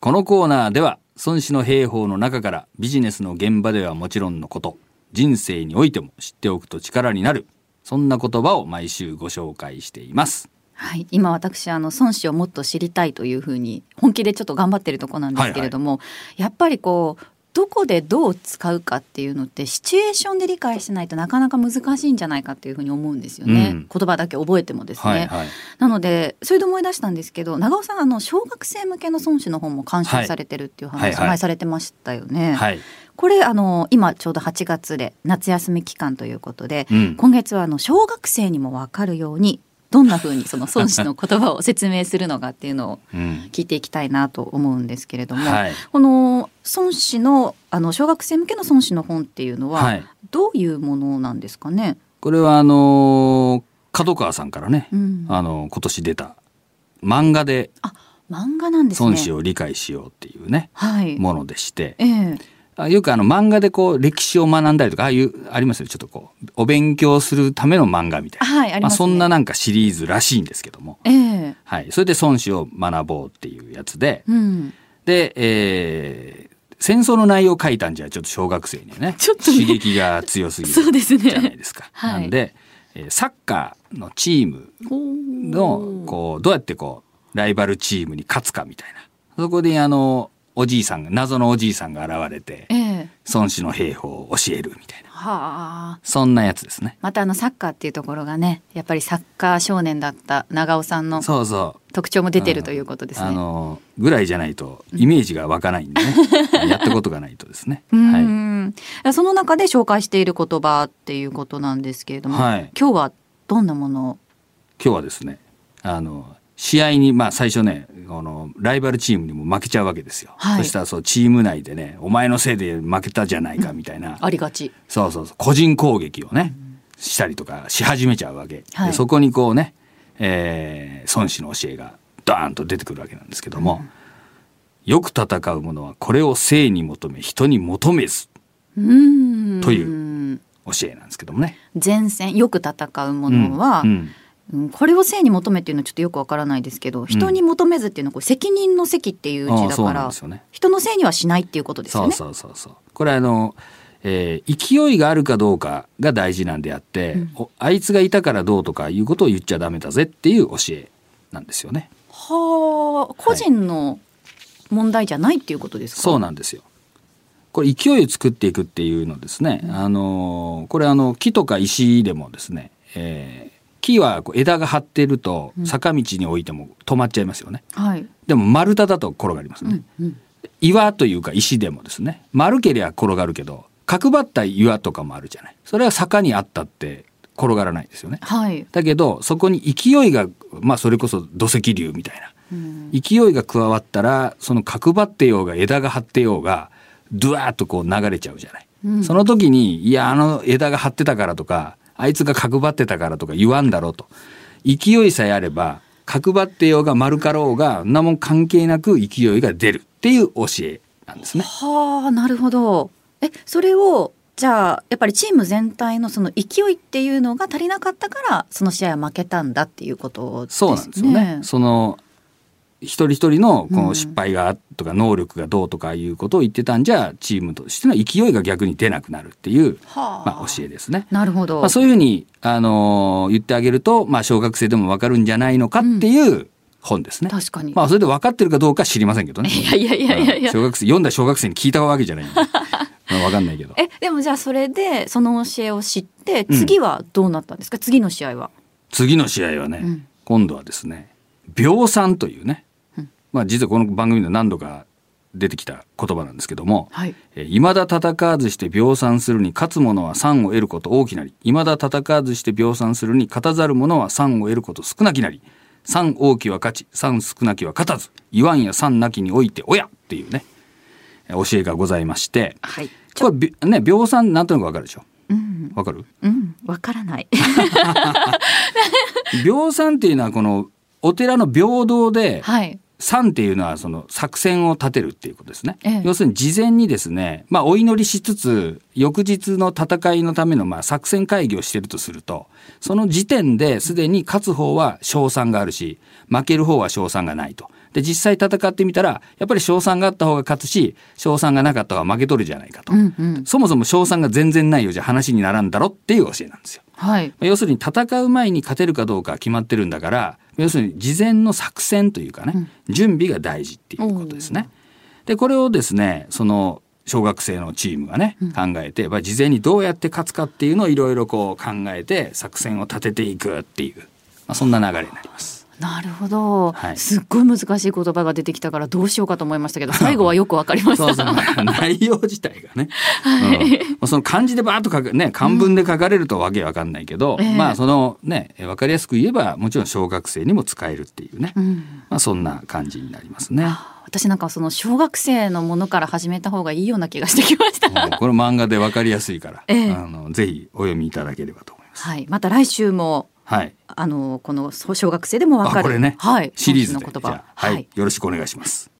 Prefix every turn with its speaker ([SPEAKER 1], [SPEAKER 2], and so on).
[SPEAKER 1] このコーナーでは、孫子の兵法の中からビジネスの現場ではもちろんのこと、人生においても知っておくと力になる、そんな言葉を毎週ご紹介しています。
[SPEAKER 2] はい、今私あの孫子をもっと知りたいというふうに本気でちょっと頑張ってるとこなんですけれども、やっぱりこうどこでどう使うかっていうのってシチュエーションで理解しないとなかなか難しいんじゃないかっていうふうに思うんですよね、
[SPEAKER 1] うん
[SPEAKER 2] 言葉だけ覚えてもですね、
[SPEAKER 1] はいはい。
[SPEAKER 2] なのでそれで思い出したんですけど長尾さんあの小学生向けの孫子の本も鑑
[SPEAKER 1] は
[SPEAKER 2] 賞
[SPEAKER 1] い
[SPEAKER 2] されてるっていう
[SPEAKER 1] は
[SPEAKER 2] 話
[SPEAKER 1] いはい
[SPEAKER 2] 前されてましたよね、
[SPEAKER 1] はい。
[SPEAKER 2] これあの今ちょうど8月で夏休み期間ということで、
[SPEAKER 1] うん。
[SPEAKER 2] 今月はあの小学生にも分かるようにどんな風にその孫子の言葉を説明するのかっていうのを
[SPEAKER 1] うん。
[SPEAKER 2] 聞いていきたいなと思うんですけれども、
[SPEAKER 1] はい。
[SPEAKER 2] この孫子のあの小学生向けの孫子の本っていうの
[SPEAKER 1] は。
[SPEAKER 2] はいどういうものなんですかね。
[SPEAKER 1] これはあのー角川さんからね、
[SPEAKER 2] うん、
[SPEAKER 1] あのー今年出た漫画で
[SPEAKER 2] 漫画なんですね。
[SPEAKER 1] 孫子を理解しようっていうね、
[SPEAKER 2] はい。
[SPEAKER 1] ものでして、
[SPEAKER 2] ええ
[SPEAKER 1] あよくあの漫画でこう歴史を学んだりとか、ああいう、ありますよね。ちょっとこう、お勉強するための漫画みたいな。
[SPEAKER 2] はいあり
[SPEAKER 1] ま
[SPEAKER 2] ま
[SPEAKER 1] あ
[SPEAKER 2] すね。
[SPEAKER 1] そんななんかシリーズらしいんですけども。
[SPEAKER 2] ええ
[SPEAKER 1] はい。それで孫子を学ぼうっていうやつで、
[SPEAKER 2] うん。
[SPEAKER 1] で、えー戦争の内容を書いたんじゃ、ちょっと小学生にはね、
[SPEAKER 2] ちょっとね
[SPEAKER 1] 刺激が強すぎる。
[SPEAKER 2] そうです
[SPEAKER 1] じゃない
[SPEAKER 2] ね。
[SPEAKER 1] ですか。
[SPEAKER 2] はい
[SPEAKER 1] なんで、えーサッカーのチームのこうどうやってこうライバルチームに勝つかみたいなそこであのおじいさんが謎のおじいさんが現れて
[SPEAKER 2] ええ
[SPEAKER 1] 孫子の兵法を教えるみたいな
[SPEAKER 2] はあ。
[SPEAKER 1] そんなやつですね。
[SPEAKER 2] またあのサッカーっていうところがね、やっぱりサッカー少年だった長尾さんの
[SPEAKER 1] そうそう
[SPEAKER 2] 特徴も出てるということですね。
[SPEAKER 1] あのぐらいじゃないとイメージが湧かないんで ね、やったことがないとですね。
[SPEAKER 2] う
[SPEAKER 1] は
[SPEAKER 2] んその中で紹介している言葉っていうことなんですけれど
[SPEAKER 1] い、
[SPEAKER 2] も、
[SPEAKER 1] はい、
[SPEAKER 2] 今日はどんなものを
[SPEAKER 1] 今日はですねあの試合にまあ最初ねこのライバルチームにも負けちゃうわけですよ、
[SPEAKER 2] はい
[SPEAKER 1] そしたらそうチーム内でねお前のせいで負けたじゃないかみたいな、
[SPEAKER 2] ありがち。
[SPEAKER 1] そうそうそう個人攻撃をね、したりとかし始めちゃうわけ、
[SPEAKER 2] はい
[SPEAKER 1] でそこにこうね、えー孫子の教えがドーンと出てくるわけなんですけども、よく戦う者はこれを性に求め人に求めず
[SPEAKER 2] うん
[SPEAKER 1] という教えなんですけどもね。
[SPEAKER 2] 前線よく戦うものは、
[SPEAKER 1] うんうん
[SPEAKER 2] うんこれを性に求めっていうのはちょっとよくわからないですけど、人に求めずっていうのはこう責任の責っていう字
[SPEAKER 1] ああ
[SPEAKER 2] だ
[SPEAKER 1] そう
[SPEAKER 2] か
[SPEAKER 1] なん
[SPEAKER 2] ら
[SPEAKER 1] です、よね。
[SPEAKER 2] 人のせいにはしないっていうことです
[SPEAKER 1] そ
[SPEAKER 2] よ
[SPEAKER 1] う
[SPEAKER 2] ね。
[SPEAKER 1] そうそうそう。これあの、えー勢いがあるかどうかが大事なんであって、おあいつがいたからどうとかいうことを言っちゃダメだぜっていう教えなんですよね。
[SPEAKER 2] はあ、個人の問題じゃないっていうことですか。
[SPEAKER 1] そうなんですよ。これ勢いを作っていくっていうのですね。あのーこれあの木とか石でもですね、えー木はこう枝が張ってると坂道に置いても止まっちゃいますよね。
[SPEAKER 2] はい。
[SPEAKER 1] でも丸太だと転がりますね。
[SPEAKER 2] うん
[SPEAKER 1] 岩というか石でもですね丸けりゃ転がるけど角張った岩とかもあるじゃないそれは坂にあったって転がらないですよね
[SPEAKER 2] はい。
[SPEAKER 1] だけどそこに勢いがまあそれこそ土石流みたいな
[SPEAKER 2] うん
[SPEAKER 1] 勢いが加わったらその角張ってようが枝が張ってようがドゥワーッとこう流れちゃうじゃない、
[SPEAKER 2] うん
[SPEAKER 1] その時にいやあの枝が張ってたからとかあいつが角張ってたからとか言わんだろうと勢いさえあれば角張ってようが丸かろうがんなもん関係なく勢いが出るっていう教えなんですね。
[SPEAKER 2] はあなるほどえそれをじゃあやっぱりチーム全体のその勢いっていうのが足りなかったからその試合は負けたんだっていうことですね。
[SPEAKER 1] そうなんですよね。その一人一人のこの失敗がとか能力がどうとかいうことを言ってたんじゃチームとしての勢いが逆に出なくなるっていう、
[SPEAKER 2] はあ、
[SPEAKER 1] まあ、教えですね。
[SPEAKER 2] なるほど、
[SPEAKER 1] まあ、そういうふうに、あのー言ってあげると、まあ、小学生でもわかるんじゃないのかっていう本ですね。
[SPEAKER 2] 確かに、
[SPEAKER 1] まあ、それで分かってるかどうか知りませんけどね。
[SPEAKER 2] いやいやいやいやいや
[SPEAKER 1] 小学生読んだ小学生に聞いたわけじゃないんで、まあ、分かんないけど。
[SPEAKER 2] えでもじゃあそれでその教えを知って
[SPEAKER 1] うん
[SPEAKER 2] 次はどうなったんですか、次の試合は。
[SPEAKER 1] 次の試合はね、
[SPEAKER 2] うん
[SPEAKER 1] 今度はですね秒算というね、まあ、実はこの番組で何度か出てきた言葉なんですけども、
[SPEAKER 2] はい
[SPEAKER 1] えー未だ戦わずして秒算するに勝つ者は3を得ること大きなり未だ戦わずして秒算するに勝たざる者は3を得ること少なきなり3大きは勝ち3少なきは勝たず言わんや3なきにおいて親っていうねえー教えがございまして
[SPEAKER 2] はい、
[SPEAKER 1] これびね秒算なんとなくわかるでしょ
[SPEAKER 2] うん
[SPEAKER 1] わかる
[SPEAKER 2] うんわからない。
[SPEAKER 1] 秒算っていうのはこのお寺の平等で
[SPEAKER 2] はい
[SPEAKER 1] 三っていうのはその作戦を立てるっていうことですね。
[SPEAKER 2] ええ
[SPEAKER 1] 要するに事前にですね、まあお祈りしつつ翌日の戦いのためのまあ作戦会議をしてるとすると、その時点ですでに勝つ方は賞賛があるし、負ける方は賞賛がないと。で、実際戦ってみたら、やっぱり賞賛があった方が勝つし、賞賛がなかった方が負け取るじゃないかと。
[SPEAKER 2] うんうん
[SPEAKER 1] そもそも賞賛が全然ないようじゃ話にならんだろっていう教えなんですよ。
[SPEAKER 2] はい
[SPEAKER 1] まあ要するに戦う前に勝てるかどうかは決まってるんだから要するに事前の作戦というかね、準備が大事っていうことですね。でこれをですねその小学生のチームがね考えて、まあ事前にどうやって勝つかっていうのをいろいろこう考えて作戦を立てていくっていう、まあ、そんな流れになります。
[SPEAKER 2] なるほど、
[SPEAKER 1] はい
[SPEAKER 2] すっごい難しい言葉が出てきたからどうしようかと思いましたけど最後はよくわかりまし
[SPEAKER 1] そ
[SPEAKER 2] た
[SPEAKER 1] うそう内容自体がね、うんまあその漢字でバーッと書くね漢文で書かれるとわけわかんないけど、
[SPEAKER 2] ええ
[SPEAKER 1] まあそのねわかりやすく言えばもちろん小学生にも使えるっていうね、
[SPEAKER 2] うん
[SPEAKER 1] まあ、そんな感じになりますね。
[SPEAKER 2] 私なんかその小学生のものから始めた方がいいような気がしてきました
[SPEAKER 1] もうこの漫画でわかりやすいから、
[SPEAKER 2] ええ
[SPEAKER 1] あのぜひお読みいただければと思います。
[SPEAKER 2] はいまた来週も
[SPEAKER 1] はい、
[SPEAKER 2] あのこの小学生でもわかる
[SPEAKER 1] あこれね
[SPEAKER 2] はい
[SPEAKER 1] シリーズ
[SPEAKER 2] の
[SPEAKER 1] で
[SPEAKER 2] 言
[SPEAKER 1] じゃ
[SPEAKER 2] 葉
[SPEAKER 1] あはい、
[SPEAKER 2] はい
[SPEAKER 1] よろしくお願いします。